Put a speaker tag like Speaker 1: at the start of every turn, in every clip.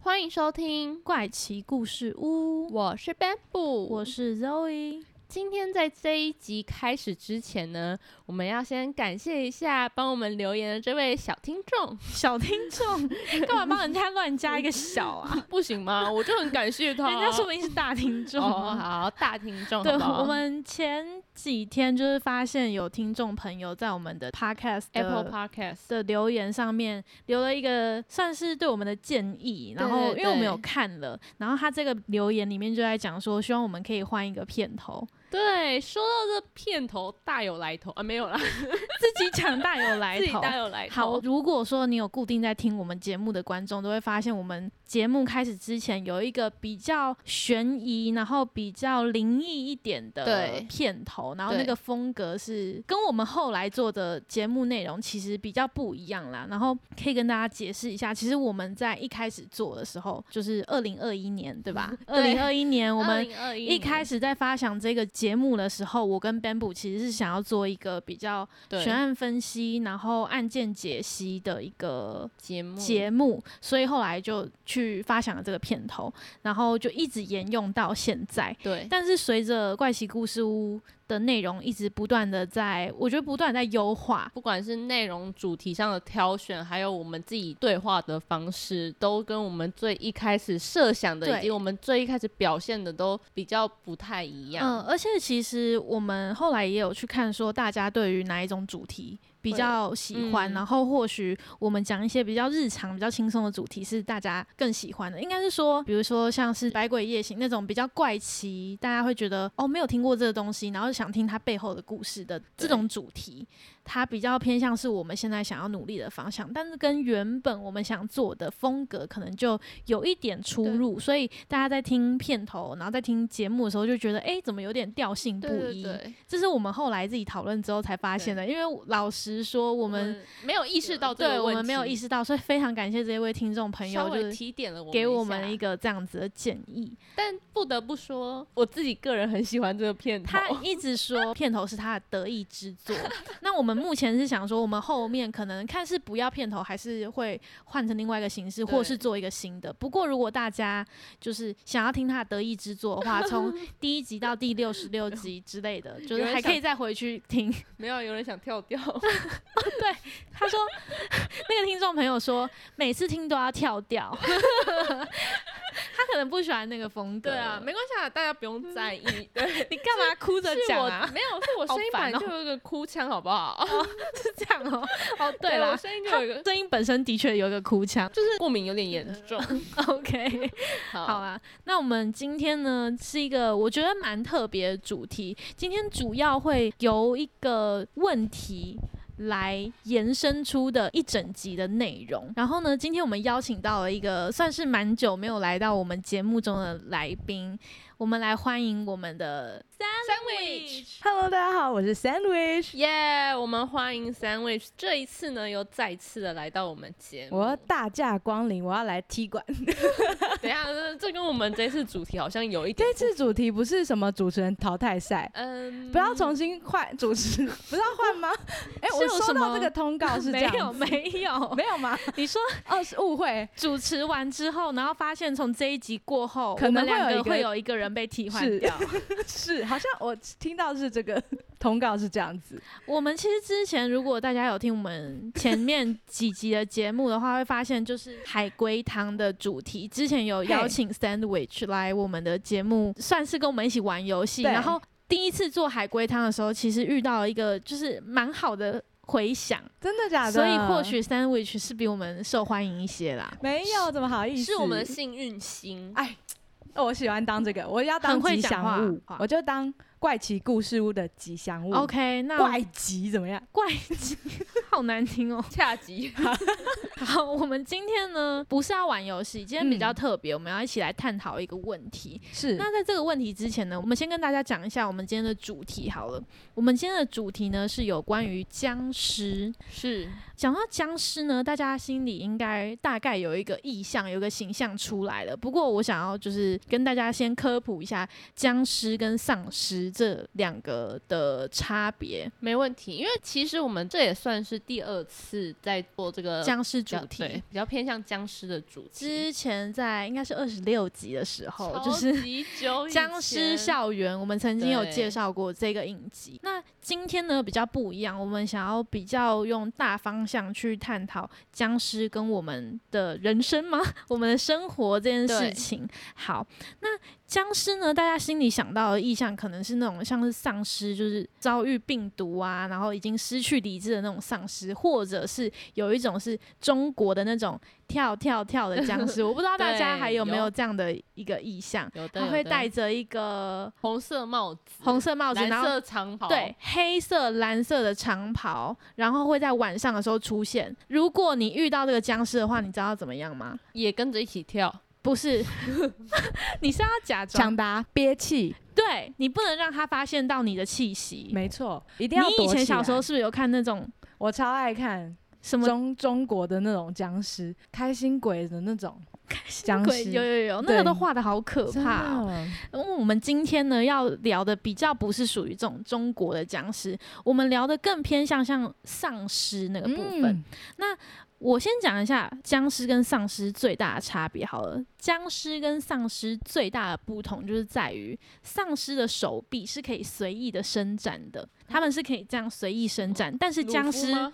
Speaker 1: 欢迎收听《怪奇故事屋》，
Speaker 2: 我是 Bamboo，
Speaker 1: 我是 Zoe。
Speaker 2: 今天在这一集开始之前呢，我们要先感谢一下帮我们留言的这位小听众，
Speaker 3: 小听众， 干嘛帮人家乱加一个小 啊？
Speaker 2: 不行吗？我就很感谢他。
Speaker 3: 人家说不定是大听众
Speaker 2: 啊哦，
Speaker 3: 啊。
Speaker 2: 好大听众，
Speaker 3: 对，
Speaker 2: 好不好
Speaker 3: 我们前几天就是发现有听众朋友在我们的 podcast 的
Speaker 2: Apple Podcast
Speaker 3: 的留言上面留了一个算是对我们的建议，然后
Speaker 2: 对对
Speaker 3: 因为我们有
Speaker 2: 对
Speaker 3: 看了，然后他这个留言里面就在讲说，希望我们可以换一个片头，
Speaker 2: 对，说到这片头大有来头啊，没有啦，
Speaker 3: 自己讲大有来
Speaker 2: 自己
Speaker 3: 头。
Speaker 2: 大有来
Speaker 3: 好，
Speaker 2: 头。
Speaker 3: 如果说你有固定在听我们节目的观众，都会发现我们节目开始之前有一个比较悬疑，然后比较灵异一点的
Speaker 2: 对
Speaker 3: 片头，然后
Speaker 2: 对
Speaker 3: 那个风格是跟我们后来做的节目内容其实比较不一样啦。然后可以跟大家解释一下，其实我们在一开始做的时候，就是二零二一年，嗯对吧？二
Speaker 2: 对
Speaker 3: 零二一年我们。
Speaker 2: 2021
Speaker 3: 一开
Speaker 2: 始
Speaker 3: 始在发想这个节目的时候，我跟 Bamboo 其实是想要做一个比较悬案分析，然后案件解析的一个
Speaker 2: 节目
Speaker 3: 节目，所以后来就去发想了这个片头，然后就一直沿用到现在。
Speaker 2: 对
Speaker 3: 但是随着怪奇故事屋的内容一直不断的在，我觉得不断地在优化，
Speaker 2: 不管是内容主题上的挑选，还有我们自己对话的方式，都跟我们最一开始设想的，
Speaker 3: 对
Speaker 2: 以及我们最一开始表现的都比较不太
Speaker 3: 嗯，
Speaker 2: 一样。
Speaker 3: 而且其实我们后来也有去看，说大家对于哪一种主题比较喜欢，
Speaker 2: 嗯
Speaker 3: 然后或许我们讲一些比较日常、比较轻松的主题是大家更喜欢的。应该是说，比如说像是《百鬼夜行》那种比较怪奇，大家会觉得哦没有听过这个东西，然后想听它背后的故事的这种主题，它比较偏向是我们现在想要努力的方向，但是跟原本我们想做的风格可能就有一点出入，所以大家在听片头，然后在听节目的时候就觉得，哎、怎么有点调性不
Speaker 2: 对
Speaker 3: 一？
Speaker 2: 对对，
Speaker 3: 这是我们后来自己讨论之后才发现的，因为老实说，我
Speaker 2: 我
Speaker 3: 们
Speaker 2: 没有意识到这
Speaker 3: 对
Speaker 2: 个
Speaker 3: 我
Speaker 2: 问
Speaker 3: 们没有
Speaker 2: 题
Speaker 3: 意识到，所以非常感谢这位听众朋
Speaker 2: 稍
Speaker 3: 友，
Speaker 2: 微
Speaker 3: 就是
Speaker 2: 提点了我
Speaker 3: 给我
Speaker 2: 下
Speaker 3: 们一，个这样子的建议。
Speaker 2: 但不得不说，我自己个人很喜欢这个片头。
Speaker 3: 他一直说片头是他的得意之作。 那我们目前是想说，我们后面可能看是不要片头，还是会换成另外一个形式，
Speaker 2: 对
Speaker 3: 或是做一个新的。不过如果大家就是想要听他的得意之作的 话，从第一集到第六十六集之类 的，就是还可以再回去听。
Speaker 2: 没有有人想跳掉，
Speaker 3: 他说， 那个听众朋友说，每次听都要跳掉。 他可能不喜欢那个风格，
Speaker 2: 对啊，没关系，啊，大家不用在 意。对，
Speaker 3: 你干嘛哭着
Speaker 2: 是
Speaker 3: 讲
Speaker 2: 我
Speaker 3: 啊？
Speaker 2: 没有，是 我
Speaker 3: 好
Speaker 2: 声音
Speaker 3: 烦
Speaker 2: 版就
Speaker 3: 哦
Speaker 2: 有一个哭腔，好 不好？
Speaker 3: 是这样哦、哦，对
Speaker 2: 我
Speaker 3: 啦，
Speaker 2: 声音就有一个，
Speaker 3: 声音本身的确有一个哭 腔。
Speaker 2: 就是过敏有点严 重。
Speaker 3: OK，好
Speaker 2: 好，
Speaker 3: 啊，那我们今天呢是一个我觉得蛮特别的主题，今天主要会由一个问题。来延伸出的一整集的内容。然后呢，今天我们邀请到了一个算是蛮久没有来到我们节目中的来宾，我们来欢迎我们 的
Speaker 2: Sandwich
Speaker 4: Hello，大家好，我是 Sandwich。
Speaker 2: 耶我们欢迎 Sandwich，这一次呢又再次的来到我们节目。
Speaker 4: 我要大驾光临，我要来踢馆。
Speaker 2: 等一下，这这跟我们这次主题好像有一点
Speaker 4: 这，次主题不是什么主持人淘汰赛，
Speaker 2: 嗯，
Speaker 4: 不要重新换 主持，不是要换吗？
Speaker 3: 嗯
Speaker 4: 哎、
Speaker 3: 是
Speaker 4: 我
Speaker 3: 有什
Speaker 4: 收
Speaker 3: 么
Speaker 4: 到这个通告是这
Speaker 3: 没
Speaker 4: 样
Speaker 3: 有
Speaker 4: 子，
Speaker 3: 没有，
Speaker 4: 没有吗？
Speaker 3: 你说
Speaker 4: 哦，是误会，
Speaker 3: 主持完之后，然后发现从这一集过后，
Speaker 4: 可能
Speaker 3: 我们两
Speaker 4: 会
Speaker 3: 个
Speaker 4: 有一个
Speaker 3: 会有一个人被替换
Speaker 4: 是
Speaker 3: 掉。
Speaker 4: 是好像我听到是这个 通告是这样子，
Speaker 3: 我们其实之前，如果大家有听我们前面几集的节目的话，会发现就是海龟汤的主题。之前有邀请 Sandwich 来我们的节目，算是跟我们一起玩游戏。
Speaker 4: 对
Speaker 3: 然后第一次做海龟汤的时候，其实遇到了一个就是蛮好的回响，
Speaker 4: 真的假的？
Speaker 3: 所以或许 Sandwich 是比我们受欢迎一些啦。
Speaker 4: 没有，怎么好意思？哦
Speaker 2: 是我们的幸运星。
Speaker 3: 啊
Speaker 4: 哎，我喜欢当这个，我要当
Speaker 3: 很会
Speaker 4: 吉
Speaker 3: 讲话
Speaker 4: 祥物
Speaker 3: 好，
Speaker 4: 我就当怪奇故事屋的吉祥物。
Speaker 3: OK，那
Speaker 4: 哦怪奇怎么样？
Speaker 3: 怪奇， 好难听哦。
Speaker 2: 恰 吉，
Speaker 3: 好，我们今天呢不是要玩游戏，今天比较
Speaker 4: 嗯
Speaker 3: 特别，我们要一起来探讨一个问题。
Speaker 4: 是
Speaker 3: 那在这个问题之前呢，我们先跟大家讲一下我们今天的主题好了。我们今天的主题呢是有关于僵尸。
Speaker 2: 是
Speaker 3: 讲到僵尸呢，大家心里应该大概有一个意象，有一个形象出来了。不过我想要就是跟大家先科普一下僵尸跟丧尸这两个的差别。
Speaker 2: 没问题。因为其实我们这也算是第二次在做这个
Speaker 3: 僵尸
Speaker 2: 比较
Speaker 3: 主
Speaker 2: 呃对
Speaker 3: 题。
Speaker 2: 比较偏向僵尸的主题。
Speaker 3: 之前在应该是二十六集的时候，就
Speaker 2: 超
Speaker 3: 是
Speaker 2: 级久以
Speaker 3: 僵尸
Speaker 2: 前
Speaker 3: 校园，我们曾经有
Speaker 2: 对
Speaker 3: 介绍过这个影集。那今天呢比较不一样，我们想要比较用大方向去探讨僵尸跟我们的人生吗？ 我们的生活这件事
Speaker 2: 对
Speaker 3: 情。好，那僵尸呢，大家心里想到的意象可能是那种像是丧尸，就是遭遇病毒啊，然后已经失去理智的那种丧尸，或者是有一种是中国的那种跳跳跳的僵尸。我不知道大家
Speaker 2: 对
Speaker 3: 还有没有
Speaker 2: 有
Speaker 3: 这样的一个意象。
Speaker 2: 有的
Speaker 3: 他会
Speaker 2: 有的
Speaker 3: 戴着一个
Speaker 2: 红色帽子、
Speaker 3: 红色帽子，
Speaker 2: 蓝
Speaker 3: 然后
Speaker 2: 色长袍，
Speaker 3: 对黑色、蓝色的长袍，然后会在晚上的时候出现。如果你遇到这个僵尸的话，你知道怎么样吗？
Speaker 2: 也跟着一起跳。
Speaker 3: 不 是，你是要假装，
Speaker 4: 抢答憋气，
Speaker 3: 对你不能让他发现到你的气息。
Speaker 4: 没错，一定要
Speaker 3: 你以
Speaker 4: 躲
Speaker 3: 前
Speaker 4: 起
Speaker 3: 小时候
Speaker 4: 来
Speaker 3: 是不是有看那种
Speaker 4: 我超爱看
Speaker 3: 什么
Speaker 4: 中中国的那种僵尸，开心鬼的那种僵
Speaker 3: 鬼？
Speaker 4: 尸，
Speaker 3: 有有有，那个
Speaker 4: 对
Speaker 3: 都画的好可
Speaker 4: 真
Speaker 3: 怕、哦。
Speaker 4: 的
Speaker 3: 因为我们今天呢要聊的比较不是属于这种中国的僵尸，我们聊的更偏向像丧尸那个部分。
Speaker 4: 嗯
Speaker 3: 我先讲一下僵尸跟丧尸最大的差别好了。僵尸跟丧尸最大的不同就是在于，丧尸的手臂是可以随意的伸展的，他们是可以这样随意伸展，但是
Speaker 2: 鲁
Speaker 3: 僵
Speaker 2: 夫
Speaker 3: 尸
Speaker 2: 吗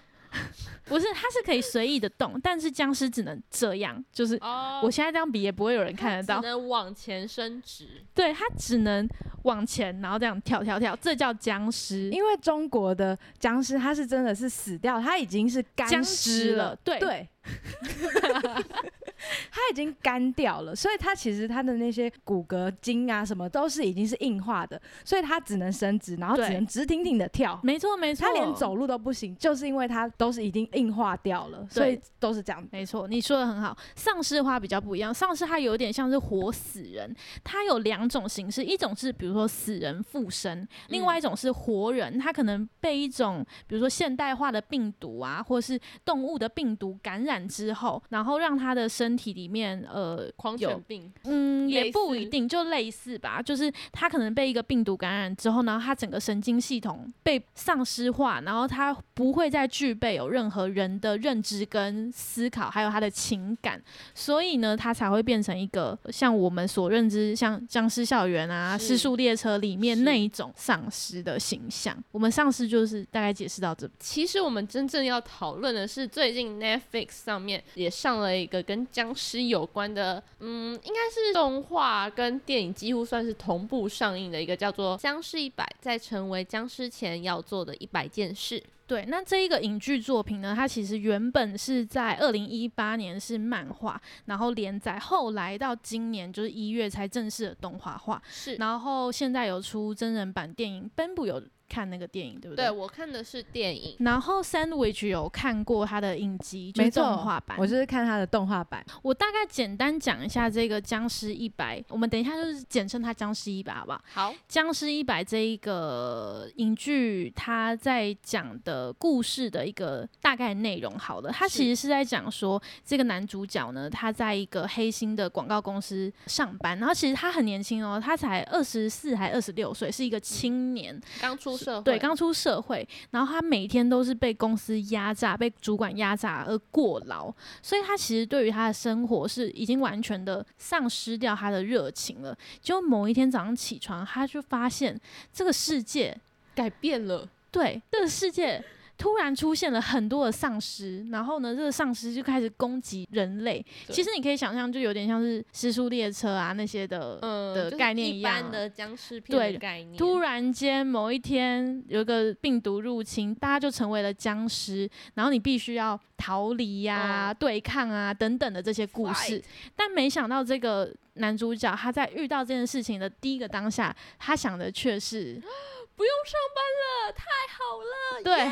Speaker 3: 不是，它是可以随意的动，但是僵尸只能这样，就是
Speaker 2: 哦，
Speaker 3: 我现在这样比也不会有人看得
Speaker 2: 只
Speaker 3: 到，
Speaker 2: 能往前伸直，
Speaker 3: 对，它只能往前，然后这样跳跳跳，这叫僵尸。
Speaker 4: 因为中国的僵尸它是真的是死掉，它已经是
Speaker 3: 僵
Speaker 4: 干
Speaker 3: 尸
Speaker 4: 尸
Speaker 3: 了
Speaker 4: 了，
Speaker 3: 对
Speaker 4: 对， 它已经干掉了，所以它其实它的那些骨骼筋啊什么都是已经是硬化的，所以它只能伸直，然后只
Speaker 3: 对
Speaker 4: 能直挺挺的跳。
Speaker 3: 没错没错，
Speaker 4: 它连走路都不行，就是因为它都是已经硬化掉了，所以都是这样。
Speaker 3: 没错，你说的很好。丧尸的话比较不一样，丧尸它有点像是活死人，它有两种形式，一种是比如说死人附身，另外一种是活人，它可能被一种比如说现代化的病毒啊，或是动物的病毒感染之后，然后让它的身体里面呃
Speaker 2: 狂
Speaker 3: 有
Speaker 2: 犬病，
Speaker 3: 嗯，也
Speaker 2: 类
Speaker 3: 不一
Speaker 2: 似
Speaker 3: 定，就类似吧。就是他可能被一个病毒感染之后，然后他整个神经系统被丧失化，然后他不会再具备有任何人的认知跟思考，还有他的情感，所以呢，他才会变成一个像我们所认知，像僵尸校园啊、
Speaker 2: 是
Speaker 3: 失速列车里面
Speaker 2: 是
Speaker 3: 那一种丧尸的形象。我们丧尸就是大概解释到这边。
Speaker 2: 其实我们真正要讨论的是，最近 Netflix 上面也上了一个跟僵尸有关的，嗯，应该是动画跟电影几乎算是同步上映的一个叫做《僵尸一百》，在成为僵尸前要做的一百件事。
Speaker 3: 对，那这一个影剧作品呢，它其实原本是在二零一八年是漫画，然后连载，后来到今年就是一月才正式的动画化，
Speaker 2: 是，
Speaker 3: 然后现在有出真人版电影，奔部有看那个电影对不
Speaker 2: 对我看的是电影。
Speaker 3: 然后 Sandwich 有看过它的影集，就是
Speaker 4: 没错，
Speaker 3: 动画版。
Speaker 4: 我就是看它的动画版，
Speaker 3: 我大概简单讲一下这个《僵尸一百》，我们等一下就是简称它《僵尸一百》好不好？
Speaker 2: 好，
Speaker 3: 《僵尸一百》这一个影剧，它在讲的故事的一个大概内容，好了，它
Speaker 2: 是
Speaker 3: 其实是在讲说，这个男主角呢，他在一个黑心的广告公司上班，然后其实他很年轻哦，他才二十四还二十六岁，是一个青年，
Speaker 2: 刚出社会，
Speaker 3: 对，刚出社会，然后他每天都是被公司压榨、被主管压榨而过劳，所以他其实对于他的生活是已经完全的丧失掉他的热情了。就某一天早上起床，他就发现这个世界，
Speaker 2: 改变了，
Speaker 3: 对，这个世界突然出现了很多的丧尸，然后呢，这个丧尸就开始攻击人类。
Speaker 2: 对
Speaker 3: 其实你可以想象，就有点像是《失速列车》啊那些的、
Speaker 2: 嗯
Speaker 3: 的
Speaker 2: 就是
Speaker 3: 概念
Speaker 2: 一
Speaker 3: 样
Speaker 2: 般
Speaker 3: 啊
Speaker 2: 的僵尸片
Speaker 3: 对
Speaker 2: 的概念。
Speaker 3: 突然间某一天有一个病毒入侵，大家就成为了僵尸，然后你必须要逃离呀、
Speaker 2: 嗯
Speaker 3: 对抗啊等等的这些故事。但没想到这个男主角他在遇到这件事情的第一个当下，他想的却是，
Speaker 2: 不用上班了，太好了。
Speaker 3: 对
Speaker 2: 耶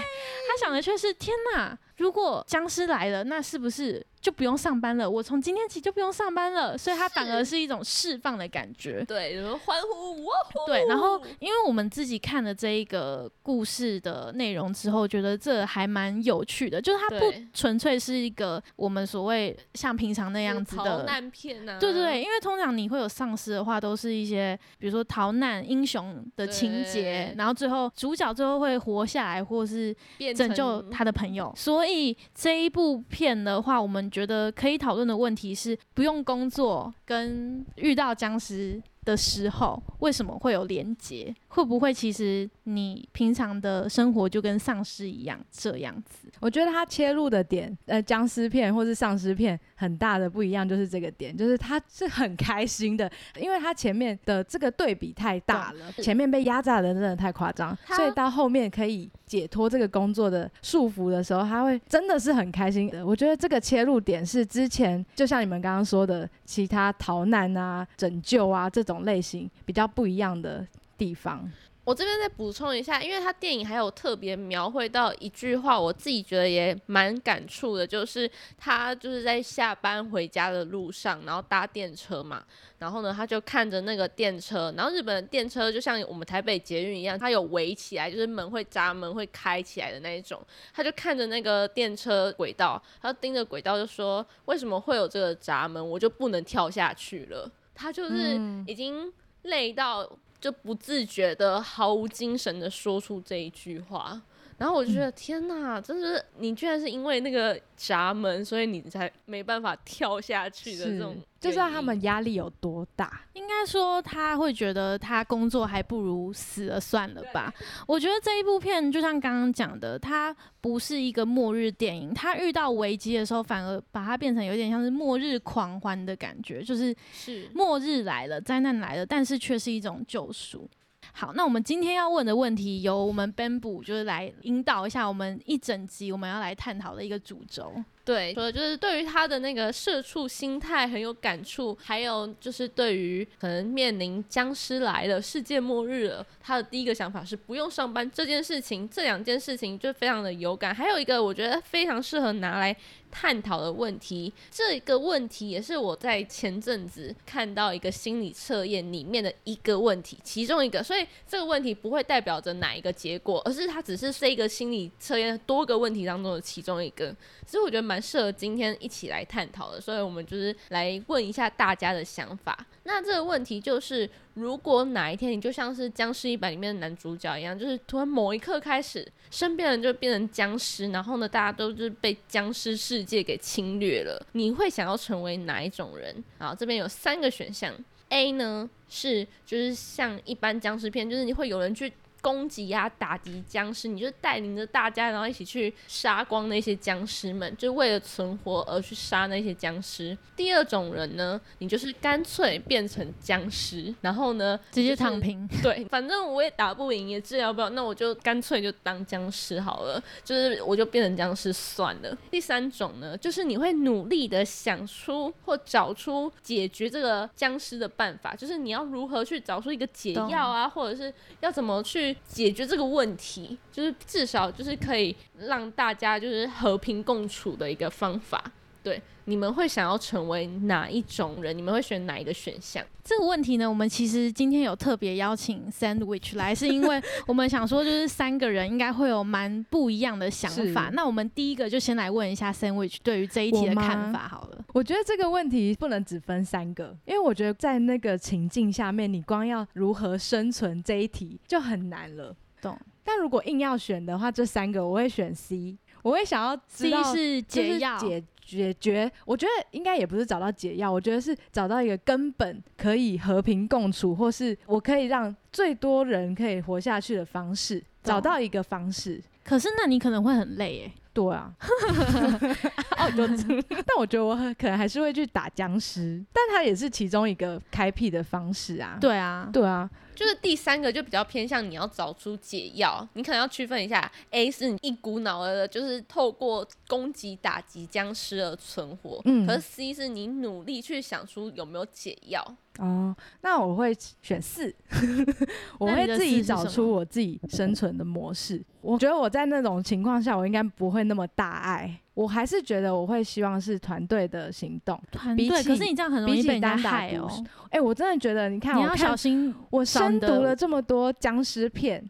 Speaker 3: 他想的却是天哪！如果僵尸来了，那是不是就不用上班了？我从今天起就不用上班了，所以他反而是一种释放的感觉。
Speaker 2: 对，然后欢呼哇呼。
Speaker 3: 对，然后因为我们自己看了这一个故事的内容之后，觉得这还蛮有趣的，就是它不
Speaker 2: 对
Speaker 3: 纯粹是一个我们所谓像平常那
Speaker 2: 那
Speaker 3: 样子
Speaker 2: 逃
Speaker 3: 的。
Speaker 2: 难片啊，
Speaker 3: 对对对，因为通常你会有丧尸的话，都是一些比如说逃难英雄的情节
Speaker 2: 对，
Speaker 3: 然后最后主角最后会活下来，或是
Speaker 2: 变
Speaker 3: 拯救
Speaker 2: 成
Speaker 3: 他的朋友。所以这一部片的话，我们觉得可以讨论的问题是，不用工作跟遇到僵尸的时候，为什么会有连结？会不会其实你平常的生活就跟丧尸一样这样子？
Speaker 4: 我觉得他切入的点，呃，僵尸片或是丧尸片很大的不一样就是这个点，就是他是很开心的， 因为他前面的这个对比太大了，前面被压榨的人真的太夸张，
Speaker 3: 他
Speaker 4: 所以到后面可以解脱这个工作的束缚的时候，他会真的是很开心的。我觉得这个切入点是之前就像你们刚刚说的，其他逃难啊、拯救啊这种类型比较不一样的地方。
Speaker 2: 我这边再补充一下，因为他电影还有特别描绘到一句话，我自己觉得也蛮感触的，就是他就是在下班回家的路上，然后搭电车嘛，然后呢，他就看着那个电车，然后日本的电车就像我们台北捷运一样，它有围起来，就是门会闸门会开起来的那一种，他就看着那个电车轨道，他就盯着轨道就说，为什么会有这个闸门，我就不能跳下去了？他就是已经累到就不自觉的毫无精神的说出这一句话。然后我就觉得、
Speaker 4: 嗯
Speaker 2: 天哪，真是你居然是因为那个闸门，所以你才没办法跳下去的这种，
Speaker 4: 就知道他们压力有多大。
Speaker 3: 应该说他会觉得他工作还不如死了算了吧。我觉得这一部片就像刚刚讲的，它不是一个末日电影，它遇到危机的时候反而把它变成有点像是末日狂欢的感觉，就是
Speaker 2: 是
Speaker 3: 末日来了，灾难来了，但是却是一种救赎。好，那我们今天要问的问题，由我们 Bamboo 就是来引导一下我们一整集我们要来探讨的一个主轴。
Speaker 2: 对，说就是对于他的那个社畜心态很有感触，还有就是对于可能面临僵尸来了、世界末日了，他的第一个想法是不用上班这件事情，这两件事情就非常的有感。还有一个我觉得非常适合拿来探讨的问题，这个问题也是我在前阵子看到一个心理测验里面的一个问题，其中一个，所以这个问题不会代表着哪一个结果，而是它只是这个心理测验多个问题当中的其中一个。其实我觉得蛮适合今天一起来探讨的，所以我们就是来问一下大家的想法。那这个问题就是，如果哪一天你就像是《僵尸一百》里面的男主角一样，就是突然某一刻开始，身边人就变成僵尸，然后呢，大家都就是被僵尸世界给侵略了，你会想要成为哪一种人？好，这边有三个选项，A 呢是就是像一般僵尸片，就是你会有人去攻击啊、打击僵尸，你就带领着大家，然后一起去杀光那些僵尸们，就为了存活而去杀那些僵尸。第二种人呢，你就是干脆变成僵尸，然后呢，
Speaker 3: 直接
Speaker 2: 就是
Speaker 3: 躺平，
Speaker 2: 对，反正我也打不赢，也治疗不了，那我就干脆就当僵尸好了，就是我就变成僵尸算了。第三种呢，就是你会努力的想出或找出解决这个僵尸的办法，就是你要如何去找出一个解
Speaker 3: 懂
Speaker 2: 药啊，或者是要怎么去解决这个问题，就是至少就是可以让大家就是和平共处的一个方法。对，你们会想要成为哪一种人？你们会选哪一个选项？
Speaker 3: 这个问题呢，我们其实今天有特别邀请 Sandwich 来，是因为 我们想说，就是三个人应该会有蛮不一样的想法。
Speaker 4: 是
Speaker 3: 那我们第一个就先来问一下 Sandwich 对于这一题的
Speaker 4: 我吗
Speaker 3: 看法好了。
Speaker 4: 我觉得这个问题不能只分三个，因为我觉得在那个情境下面，你光要如何生存这一题就很难了。
Speaker 3: 懂？
Speaker 4: 但如果硬要选的话，这三个我会选 C，我会想要知
Speaker 3: C
Speaker 4: 道
Speaker 3: 是
Speaker 4: 就是
Speaker 3: 解药，
Speaker 4: 解解决。我觉得应该也不是找到解药，我觉得是找到一个根本可以和平共处，或是我可以让最多人可以活下去的方式，找到一个方式。
Speaker 3: 可是那你可能会很累哎、
Speaker 4: 对 啊，
Speaker 3: 哦，有
Speaker 4: 但我觉得我可能还是会去打僵尸，但它也是其中一个开辟的方式啊。
Speaker 3: 对啊，
Speaker 4: 对啊，
Speaker 2: 就是第三个就比较偏向你要找出解药，你可能要区分一下，A 是你一股脑儿的，就是透过攻击打击僵尸而存活，
Speaker 4: 嗯
Speaker 2: 可是 C 是你努力去想出有没有解药，
Speaker 4: 哦，那我会选四， 我
Speaker 3: 那
Speaker 4: 会
Speaker 3: 你的
Speaker 4: 自己
Speaker 3: 四是
Speaker 4: 找
Speaker 3: 什
Speaker 4: 出
Speaker 3: 么
Speaker 4: 我自己生存的模式。我觉得我在那种情况下，我应该不会那么大爱，我还是觉得我会希望是团队的行动。
Speaker 3: 团
Speaker 4: 比
Speaker 3: 队，可
Speaker 4: 起
Speaker 3: 是你这样很容
Speaker 4: 比
Speaker 3: 易
Speaker 4: 起
Speaker 3: 被人家
Speaker 4: 单打
Speaker 3: 害
Speaker 4: 独
Speaker 3: 哦、
Speaker 4: 斗哎、我真的觉得，你看，
Speaker 3: 你
Speaker 4: 我
Speaker 3: 要
Speaker 4: 看
Speaker 3: 小心
Speaker 4: 我
Speaker 3: 伤
Speaker 4: 深
Speaker 3: 的
Speaker 4: 读了这么多僵尸片，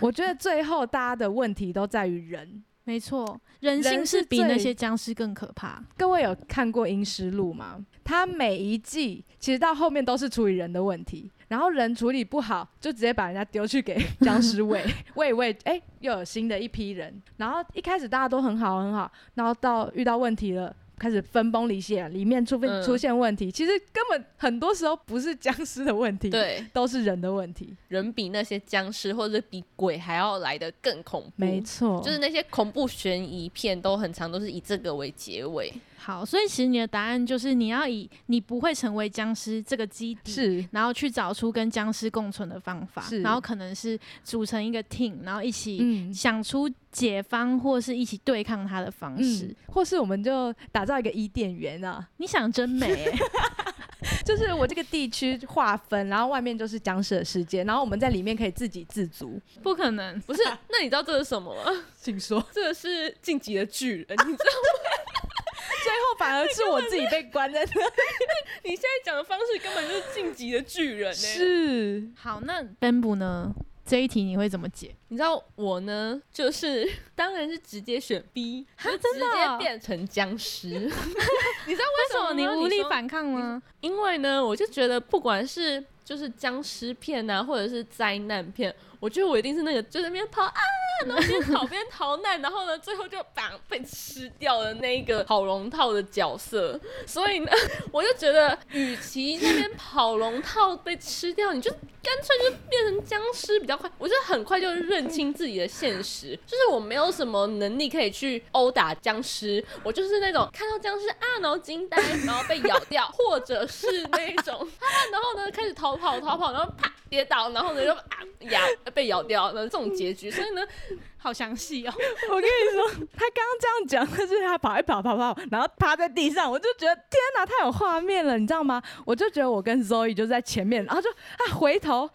Speaker 4: 我觉得最后大家的问题都在于人。
Speaker 3: 没错，人
Speaker 4: 人
Speaker 3: 性
Speaker 4: 是
Speaker 3: 是比那
Speaker 4: 最
Speaker 3: 些僵尸更可怕。
Speaker 4: 各位有看过《阴尸路》吗？它每一季其实到后面都是处理人的问题，然后人处理不好，就直接把人家丢去给 僵尸喂喂一喂，哎、又有新的一批人。然后一开始大家都很好很好，然后到遇到问题了。开始分崩离析了，里面出
Speaker 2: 嗯
Speaker 4: 分出现问题，其实根本很多时候不是僵尸的问题，，
Speaker 2: 对，
Speaker 4: 都是人的问题。
Speaker 2: 人比那些僵尸或者比鬼还要来的更恐怖，
Speaker 4: 没错，
Speaker 2: 嗯就是那些恐怖悬疑片都很常都是以这个为结尾，
Speaker 3: 好，所以其实你的答案就是你要以你不会成为僵尸这个基底，
Speaker 4: 是
Speaker 3: 然后去找出跟僵尸共存的方法，
Speaker 4: 是
Speaker 3: 然后可能是组成一个 team，然后一起
Speaker 4: 嗯
Speaker 3: 想出解方或是一起对抗它的方式。
Speaker 4: 嗯，或是我们就打造一个伊甸园啊，
Speaker 3: 你想真美、欸，
Speaker 4: 就是我这个地区划分，然后外面就是僵尸的世界，然后我们在里面可以自给自足。
Speaker 3: 不可能。
Speaker 2: 不 是？那你知道这是什么吗？
Speaker 4: 请说， 最
Speaker 2: 这个是晋级的巨人，你知道
Speaker 4: 后反而是我自己被关在那，
Speaker 2: 你现在讲的方式根本就是晋级的巨人欸呢、
Speaker 4: 是
Speaker 3: 好，那 Bamboo 呢？这一题你会怎么解？
Speaker 2: 你知道我呢，就是 当然是直接选 B，就直
Speaker 3: 哦
Speaker 2: 接变成 僵尸。你知道为
Speaker 3: 为
Speaker 2: 什
Speaker 3: 什
Speaker 2: 么
Speaker 3: 么
Speaker 2: 吗
Speaker 3: 你无力
Speaker 2: 说
Speaker 3: 反抗吗？
Speaker 2: 因为呢，我就觉得不管是就是僵尸片啊，或者是灾难片，我觉得我一定是那个就在那边跑啊，然后边跑边逃难，然后呢，最后就把被吃掉的那一个跑龙套的角色。所以呢， 我就觉得，与其那边跑龙套被吃掉，你就干脆就变成僵尸比较快。我就很快就认清自己的现实， 就是我没有什么能力可以去殴打僵尸，我就是那种看到僵尸啊，然后惊呆，然后被咬掉，或者是那种 啊，然后呢开始逃跑逃跑，然后啪跌倒，然后呢就啊咬被咬掉，然后这种结局。所以呢，
Speaker 3: 好详细哦。
Speaker 4: 我跟你说，他刚刚这样讲，但是他跑一跑跑跑，然后趴在地上，我就觉得天哪，太有画面了，你知道吗？我就觉得我跟 Zoe 就在前面，然后就啊回 头，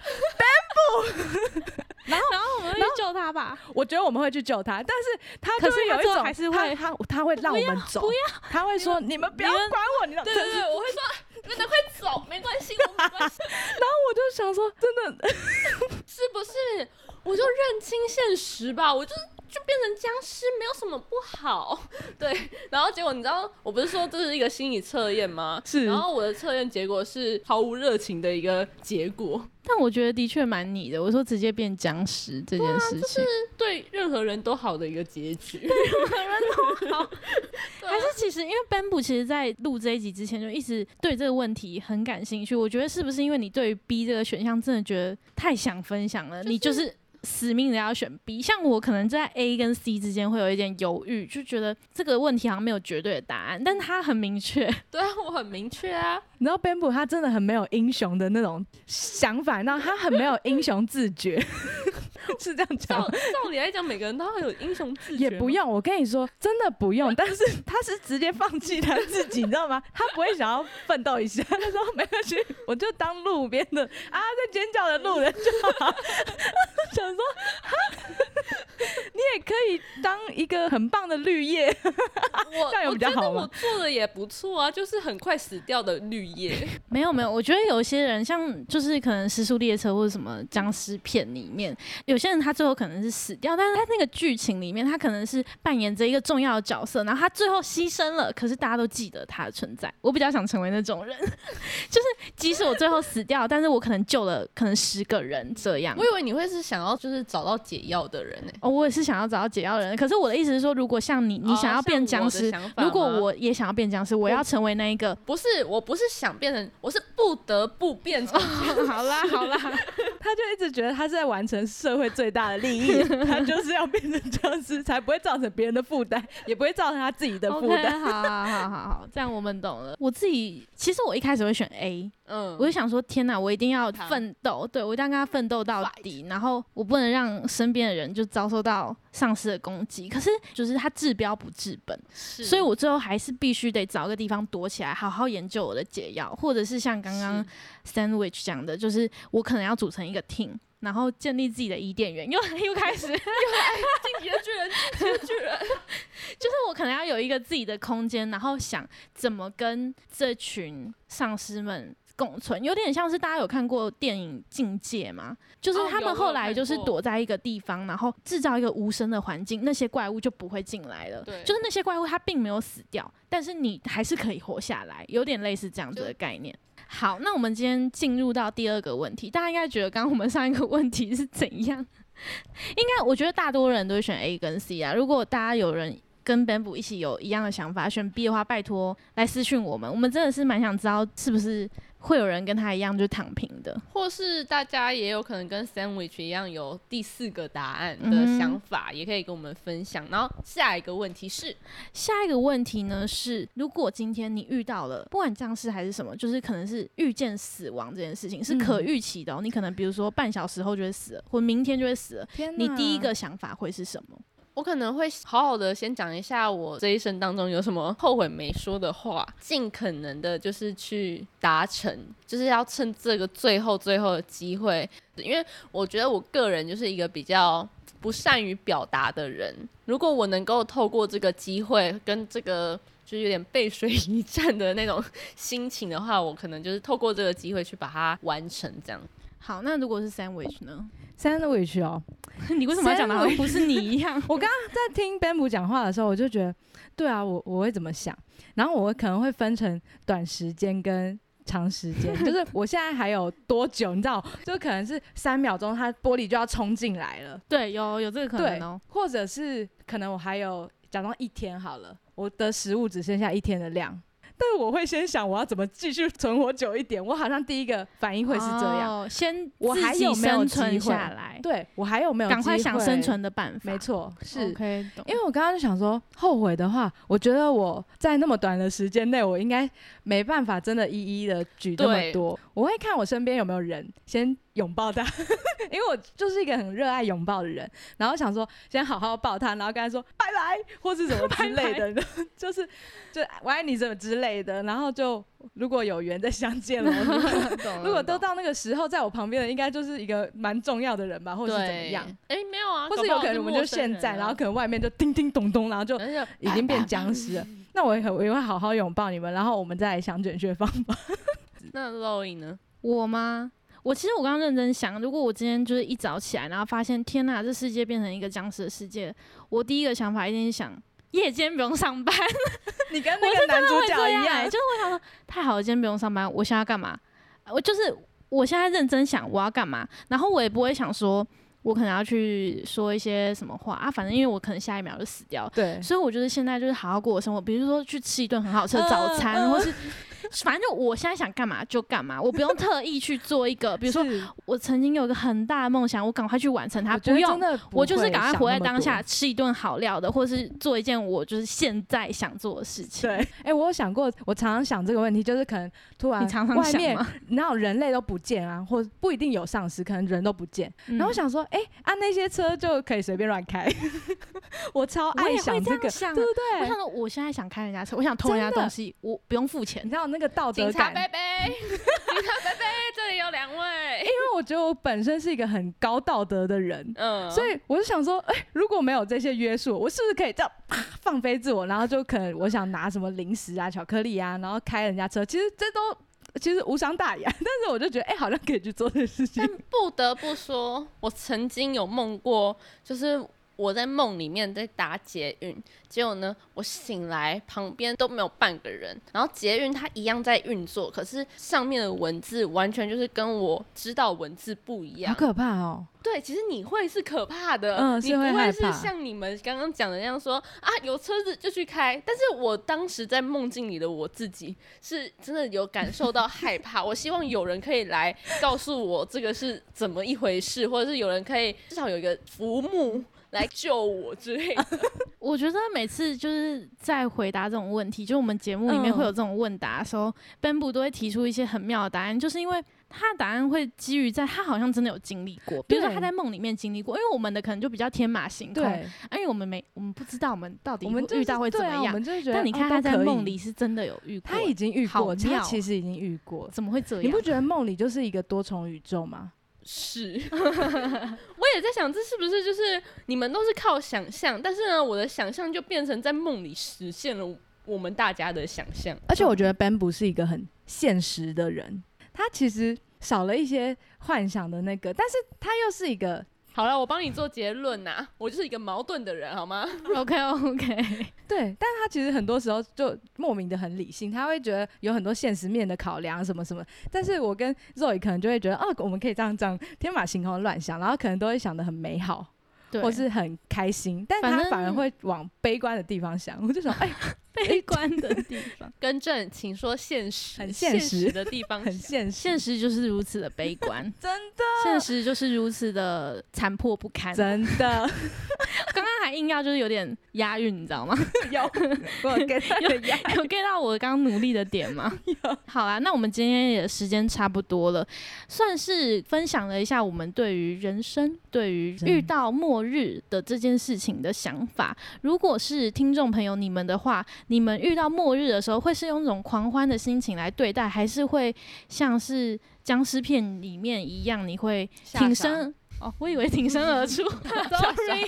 Speaker 3: 然后我们会救他吧。
Speaker 4: 我觉得我们会去救他，但是他就
Speaker 3: 可是
Speaker 4: 会
Speaker 3: 他
Speaker 4: 有一
Speaker 3: 最后
Speaker 4: 种
Speaker 3: 还是会
Speaker 4: 他他他会让我们走，
Speaker 3: 不
Speaker 4: 他会说你们不要管我，你知道
Speaker 2: 对
Speaker 4: 真
Speaker 2: 对
Speaker 4: 是
Speaker 2: 对，我会说你们快走，没关系，我没关系。
Speaker 4: 然后我就想说，真的，
Speaker 2: 是不是？我就认清现实吧，我就是就变成僵尸，没有什么不好。 对，然后结果你知道，我不是说这是一个心理测验吗？
Speaker 4: 是
Speaker 2: 然后我的测验结果是毫无热情的一个结果，
Speaker 3: 但我觉得的确蛮你的。我说直接变僵尸啊这件事情，
Speaker 2: 是对任何人都好的一个结局。
Speaker 3: 还是其实因为 Bamboo 其实在录这一集之前就一直对这个问题很感兴趣。我觉得是不是因为你对于 B 这个选项真的觉得太想分享了，你就是。死命的要选 B，像我可能在 A 跟 C 之间会有一点犹豫，就觉得这个问题好像没有绝对的答案，但它很明确，
Speaker 2: 对啊，我很明确啊，
Speaker 4: 你知道 Bamboo 他真的很没有英雄的那种想法，然后他很没有英雄自觉， 是这样讲
Speaker 2: 照
Speaker 4: 吗。
Speaker 2: 照理来讲，每个人都要有英雄自觉
Speaker 4: 也
Speaker 2: 嘛，
Speaker 4: 不用，我跟你说，真的不用。但 是他是直接放弃他自己，你知道吗？ 他不会想要奋斗一下， 他说没关系，我就当路边的啊，在尖叫的路人就好。 想说，哈 你也可以当一个很棒的绿叶，
Speaker 2: 我
Speaker 4: 这样有
Speaker 2: 我
Speaker 4: 比较
Speaker 2: 觉得
Speaker 4: 好吗
Speaker 2: 我做的也不错啊，就是很快死掉的绿叶。
Speaker 3: 没有没有，我觉得有些人像就是可能《失速列车》或者什么僵尸片里面，有些人他最后可能是死掉，但是他那个剧情里面，他可能是扮演着一个重要的角色，然后他最后牺牲了，可是大家都记得他的存在。我比较想成为那种人， 就是即使我最后死掉，但是我可能救了可能十个人这样
Speaker 2: 我。以为你会是想要就是找到解药的人呢、欸
Speaker 3: 哦，我也是想要找到解药的人，可是我的意思是说，如果像你，你
Speaker 2: 哦
Speaker 3: 想要变
Speaker 2: 像我
Speaker 3: 僵
Speaker 2: 的
Speaker 3: 尸，
Speaker 2: 想法
Speaker 3: 如果
Speaker 2: 吗
Speaker 3: 我也想要变僵尸，我要成为那一个哦
Speaker 2: 不是，我不是想变成，我是不得不变成。
Speaker 3: 好啦好啦，
Speaker 4: 他就一直觉得他是在完成社会最大的利 益，他就是要变成僵尸，才不会造成别人的负担，也不会造成他自己的负
Speaker 3: OK，
Speaker 4: 担。
Speaker 3: 好好好好好，这样我们懂了。我自己其实我一开始会选 A，
Speaker 2: 嗯，
Speaker 3: 我就想说，天哪，我一定要
Speaker 2: 他
Speaker 3: 奋斗，对我一定要跟他奋斗到底，然后我不能让身边的人就遭受到上司的攻击。可是就是他治标不治本，
Speaker 2: 是
Speaker 3: 所以我最后还是必须得找个地方躲起来，好好研究我的解药，或者是像刚刚 sandwich 讲的，就是我可能要组成一个 team。然后建立自己的伊甸园，又又开始，
Speaker 2: 晋级的巨人，晋级的巨人，
Speaker 3: 就是我可能要有一个自己的空间，然后想怎么跟这群丧尸们共存，有点像是大家有看过电影《境界》吗？就是
Speaker 2: 哦
Speaker 3: 他
Speaker 2: 有
Speaker 3: 们后
Speaker 2: 我
Speaker 3: 来
Speaker 2: 有
Speaker 3: 就是
Speaker 2: 看过
Speaker 3: 躲在一个地方，然后制造一个无声的环境，那些怪物就不会进来了。
Speaker 2: 对
Speaker 3: 就是那些怪物它并没有死掉，但是你还是可以活下来，有点类似这样子的概念。好，那我们今天进入到第二个问题，大家应该觉得刚刚我们上一个问题是怎样？ 应该我觉得大多人都会选 A 跟 C 啊。如果大家有人跟 Bamboo 一起有一样的想法，选 B 的话，拜托来私讯我们，我们真的是蛮想知道是不是会有人跟他一样就躺平的。
Speaker 2: 或是大家也有可能跟 sandwich 一样有第四个答案
Speaker 3: 嗯
Speaker 2: 的
Speaker 3: 哼
Speaker 2: 想法，也可以跟我们分享。然后下一个问题是，
Speaker 3: 下一个问题呢是，如果今天你遇到了不管僵尸还是什么，就是可能是遇见死亡这件事情是可预期的、哦，你可能比如说半小时后就会死了，或明天就会死了，
Speaker 4: 天
Speaker 3: 你第一个想法会是什么？
Speaker 2: 我可能会好好的先讲一下我这一生当中有什么后悔没说的话，尽可能的就是去达成，就是要趁这个最后最后的机会，因为我觉得我个人就是一个比较不善于表达的人，如果我能够透过这个机会跟这个。就是有点背水一战的那种心情的话，我可能就是透过这个机会去把它完成，这 样。
Speaker 3: 好，那如果是 sandwich 呢？
Speaker 4: sandwich 哦，
Speaker 3: 你为什么要讲的好像不是你一样？
Speaker 4: 我刚刚在听 Bamboo 讲话的时候，我就觉得，对啊，我我会怎么想？然后我可能会分成短时间跟长时间，就是我现在还有多久？你知道，就可能是三秒钟，它玻璃就要冲进来了，
Speaker 3: 对，有有这个可
Speaker 4: 对
Speaker 3: 能哦。，
Speaker 4: 或者是可能我还有假装一天好了，我的食物只剩下一天的量。但我会先想我要怎么继续存活久一点，我好像第一个反应会是这样，
Speaker 3: 哦、先
Speaker 4: 我
Speaker 3: 自
Speaker 4: 还
Speaker 3: 己
Speaker 4: 有没有
Speaker 3: 生
Speaker 4: 机
Speaker 3: 存
Speaker 4: 会
Speaker 3: 下来，
Speaker 4: 对我还有没有
Speaker 3: 赶快
Speaker 4: 机
Speaker 3: 想
Speaker 4: 会
Speaker 3: 生，存哦的办法。
Speaker 4: 没错，是
Speaker 3: OK，懂
Speaker 4: 因为我刚刚就想说，后悔的话，我觉得我在那么短的时间内，我应该没办法真的一一的举那么
Speaker 2: 对
Speaker 4: 多。我会看我身边有没有人先拥抱他， 因为我就是一个很热爱拥抱的人。然后想说，先好好抱他，然后跟他说拜拜，或是什么之类的， 就是就我爱你什么之类的。然后就如果有缘再相见了。 如果
Speaker 2: 嗯懂
Speaker 4: 如果都到那个时候，在我旁边的应该就是一个蛮重要的人吧，或
Speaker 2: 对
Speaker 4: 者是怎么样。？
Speaker 2: 哎、没有啊，
Speaker 4: 或是有可能我们就现在，
Speaker 3: 啊
Speaker 4: 然后可能外面就叮叮咚咚，然后就
Speaker 2: 而且
Speaker 4: 已经变僵尸 了。那我也很我也会好好拥抱你们，然后我们再来想卷学方法。
Speaker 2: 那 Lowing 呢？
Speaker 3: 我吗？我其实我刚刚认真想，如果我今天就是一早起来，然后发现天呐，这世界变成一个僵尸的世界，我第一个想法一定是想夜间不用上班。
Speaker 4: 你 跟
Speaker 3: 我
Speaker 4: 那个男主
Speaker 3: 会
Speaker 4: 角
Speaker 3: 这
Speaker 4: 一
Speaker 3: 样欸
Speaker 4: 样
Speaker 3: 就，是我想说，太好了，今天不用上班，我现在要干嘛？我就是我现在认真想我要干嘛，然后我也不会想说，我可能要去说一些什么话啊，反正因为我可能下一秒就死掉，
Speaker 4: 对，
Speaker 3: 所以我就是现在就是好好过我的生活，比如说去吃一顿很好吃的早餐，
Speaker 4: 嗯嗯
Speaker 3: 或是 反正就我现在想干嘛就干嘛，我不用特意去做一个，比如说
Speaker 4: 是
Speaker 3: 我曾经有一个很大的梦想，我赶快去完成它，
Speaker 4: 我
Speaker 3: 不
Speaker 4: 觉得真
Speaker 3: 用。
Speaker 4: 的不
Speaker 3: 我就是
Speaker 4: 会
Speaker 3: 赶快
Speaker 4: 想
Speaker 3: 活
Speaker 4: 那
Speaker 3: 在
Speaker 4: 么
Speaker 3: 当
Speaker 4: 多
Speaker 3: 下，。吃一顿好料的，或是做一件我就是现在想做的事情。
Speaker 4: 对， 哎、我有想过，我常常想这个问题，就是可能突然
Speaker 3: 你常常
Speaker 4: 外
Speaker 3: 想
Speaker 4: 面
Speaker 3: 吗？
Speaker 4: 然后人类都不见啊，或不一定有丧尸，可能人都不见。然后我
Speaker 3: 想，
Speaker 4: 想说，哎、啊那些车就可以随便乱开， 我超
Speaker 3: 我
Speaker 4: 爱
Speaker 3: 也会
Speaker 4: 想
Speaker 3: 这样
Speaker 4: 个，
Speaker 3: 想啊
Speaker 4: 对不
Speaker 3: 我
Speaker 4: 对
Speaker 3: 想？说，我现在想开人家车，我想偷人家
Speaker 4: 真的
Speaker 3: 东西，我不用付钱
Speaker 4: 你。知道那个道德
Speaker 2: 警察
Speaker 4: 感，
Speaker 2: 贝贝， 警察贝贝，这里有两位。
Speaker 4: 因为我觉得我本身是一个很高道德的人，
Speaker 2: 嗯，
Speaker 4: 所以我就想说，哎、如果没有这些约束，我是不是可以这样啪放飞自我？然后就可能我想拿什么零食啊、巧克力啊，然后开人家车，其实这都。其实无伤大雅， 但是我就觉得，哎、好像可以去做这件事情
Speaker 2: 但。不得不说，我曾经有梦过，就是我在梦里面在打捷运，结果呢，我醒来旁边都没有半个人，然后捷运它一样在运作，可是上面的文字完全就是跟我知道文字不一
Speaker 4: 好
Speaker 2: 样。
Speaker 4: 可怕哦！
Speaker 2: 对，其实你会是可怕的，
Speaker 4: 嗯
Speaker 2: 你
Speaker 4: 是
Speaker 2: 不
Speaker 4: 会害
Speaker 2: 会是
Speaker 4: 怕
Speaker 2: 像你们刚刚讲的那样说啊，有车子就去开。但是我当时在梦境里的我自己是真的有感受到害怕。我希望有人可以来告诉我这个是怎么一回事，或者是有人可以至少有一个浮木来救我之类 的。
Speaker 3: 我觉得每次就是在回答这种问题，就是我们节目里面
Speaker 4: 嗯
Speaker 3: 会有这种问答的时候、b e n b 都会提出一些很妙的答案，就是因为他的答案会基于在他好像真的有经历过，比如说
Speaker 4: 对
Speaker 3: 他在梦里面经历过，因为我们的可能就比较天马行空，啊
Speaker 4: 对，
Speaker 3: 因为我们没我们不知道我们到底
Speaker 4: 我们
Speaker 3: 会
Speaker 4: 就是
Speaker 3: 遇到会怎
Speaker 4: 对啊
Speaker 3: 么
Speaker 4: 我
Speaker 3: 样，
Speaker 4: 们就是觉得，
Speaker 3: 但你看
Speaker 4: 哦
Speaker 3: 他在
Speaker 4: 都可以
Speaker 3: 梦里是真的有遇过，
Speaker 4: 他已经遇
Speaker 3: 好
Speaker 4: 过，他
Speaker 3: 妙
Speaker 4: 其实已经遇过。
Speaker 3: 怎么会这
Speaker 4: 你
Speaker 3: 样
Speaker 4: 不？觉得梦里就是一个多重宇宙吗？
Speaker 2: 是， 我也在想，这是不是就是你们都是靠想象，但是呢，我的想象就变成在梦里实现了我们大家的想象。
Speaker 4: 而且我觉得 Bamboo 是一个很现实的人，他其实少了一些幻想的那个，但是他又是一个
Speaker 2: 好了，我帮你做结论呐、我就是一个矛盾的人，好吗？
Speaker 3: OK OK，
Speaker 4: 对，但他其实很多时候就莫名的很理性，他会觉得有很多现实面的考量什么什么。但是我跟 Zoe 可能就会觉得，哦，我们可以这样这样天马行空地乱想，然后可能都会想的很美好，
Speaker 3: 对，
Speaker 4: 或是很开心，但
Speaker 3: 反
Speaker 4: 他
Speaker 3: 正
Speaker 4: 反而会往悲观的地方想。我就想， 哎、
Speaker 3: 悲观的地 方，
Speaker 2: 更正，请说现实，
Speaker 4: 很
Speaker 2: 现
Speaker 4: 现实
Speaker 2: 的地 方
Speaker 4: 很现实，
Speaker 3: 现实就是如此的悲观，
Speaker 4: 真的，
Speaker 3: 现实就是如此的残破不堪，
Speaker 4: 真的
Speaker 3: 刚刚还硬要就是有点押韵，你知道 吗？
Speaker 4: 有，我给他的压
Speaker 3: 有 get 到我刚努力的点吗？好啦，那我们今天也时间差不多了，算是分享了一下我们对于人生、对于
Speaker 4: 真的。
Speaker 3: 遇到末日的这件事情的想法。如果是听众朋友你们的话，你们遇到末日的时候，会是用一种狂欢的心情来对待，还是会像是僵尸片里面一样，你会
Speaker 2: 吓
Speaker 3: 挺
Speaker 2: 傻
Speaker 3: 身？哦，我以为挺身而出 哎 ，sorry，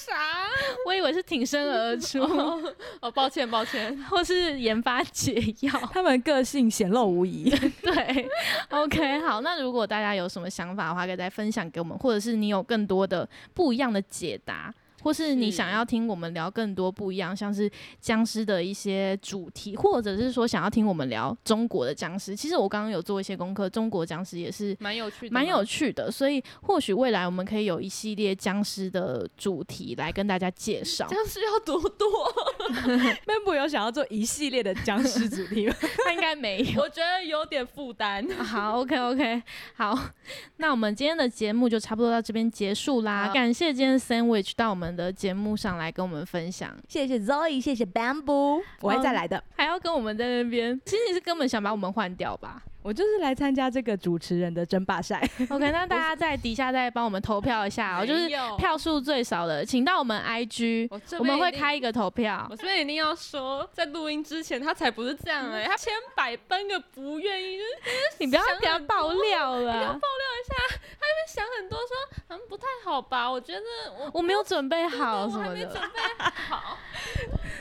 Speaker 2: 啥？
Speaker 3: 我以为是挺身而 出。
Speaker 2: 哦，抱歉，抱歉。
Speaker 3: 或是研发解药
Speaker 4: 他们个性显露无遗。
Speaker 3: 对，OK，好。那如果大家有什么想法的话，可以再分享给我们，或者是你有更多的不一样的解答，或是你
Speaker 2: 是
Speaker 3: 想要听我们聊更多不一样，像是僵尸的一些主题，或者是说想要听我们聊中国的僵尸。其实我刚刚有做一些功课，中国僵尸也是
Speaker 2: 蛮有趣的，
Speaker 3: 蛮有。趣的，所以或许未来我们可以有一系列僵尸的主题来跟大家介 绍。
Speaker 2: 僵尸要多多，
Speaker 4: Bamboo 有想要做一系列的僵尸主题吗？
Speaker 3: 他应该没有。
Speaker 2: 我觉得有点负担。
Speaker 3: 好，OK OK，好，那我们今天的节目就差不多到这边结束啦。
Speaker 2: 好
Speaker 3: 感谢今天 Sandwich 到我们的节目上来跟我们分享，
Speaker 4: 谢谢 Zoe，谢谢 Bamboo，我嗯会再来的。
Speaker 3: 还要跟我们在那边，其实你是根本想把我们换掉吧
Speaker 4: 我就是来参加这个主持人的争霸 赛。
Speaker 3: ？OK，那大家在底下再帮我们投票一下哦，就是
Speaker 2: 没有
Speaker 3: 票数最少的，请到我们 IG，
Speaker 2: 哎我这
Speaker 3: 我
Speaker 2: 边
Speaker 3: 们
Speaker 2: 一
Speaker 3: 会
Speaker 2: 定
Speaker 3: 开一个投票
Speaker 2: 我。这边一定要说，在录音之前他才不是这样哎、他千百般个不愿意，就是
Speaker 3: 嗯你不要
Speaker 2: 想
Speaker 3: 给他
Speaker 2: 很
Speaker 3: 爆
Speaker 2: 多
Speaker 3: 料啊了，
Speaker 2: 在想很多说，嗯，不太好吧？我觉得我
Speaker 3: 我没有准备好
Speaker 2: 我
Speaker 3: 什
Speaker 2: 还
Speaker 3: 么
Speaker 2: 没准啊
Speaker 3: 的。
Speaker 2: 备好。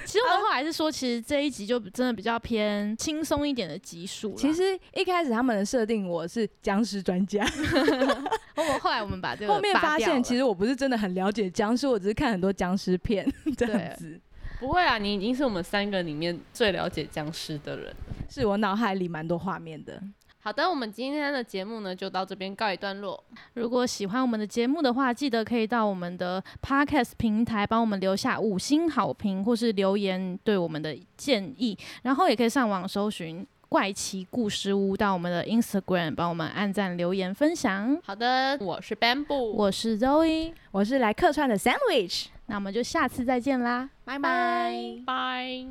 Speaker 3: 其实我们后来是说，其实这一集就真的比较偏轻松一点的集数啦。
Speaker 4: 其实一开始他们的设定我是僵尸专 家，
Speaker 3: 哦我们后来我们把这个
Speaker 4: 后面发现其
Speaker 3: 实
Speaker 4: 实我不是真的很了解僵尸，我只是看很多僵尸片这样子，
Speaker 2: 不会啊，你已经是我们三个里面最了解僵尸的人。
Speaker 4: 是我脑海里蛮多画面的。
Speaker 2: 好的，我们今天的节目呢就到这边告一段落。
Speaker 3: 如果喜欢我们的节目的话，记得可以到我们的 Podcast 平台帮我们留下五星好评，或是留言对我们的建议，然后也可以上网搜寻。怪奇故事屋到我们的 Instagram 帮我们按赞、留言、分享。
Speaker 2: 好的，我是 Bamboo，
Speaker 3: 我是 Zoe，
Speaker 4: 我是来客串的 Sandwich。
Speaker 3: 那我们就下次再见啦，
Speaker 2: 拜拜拜。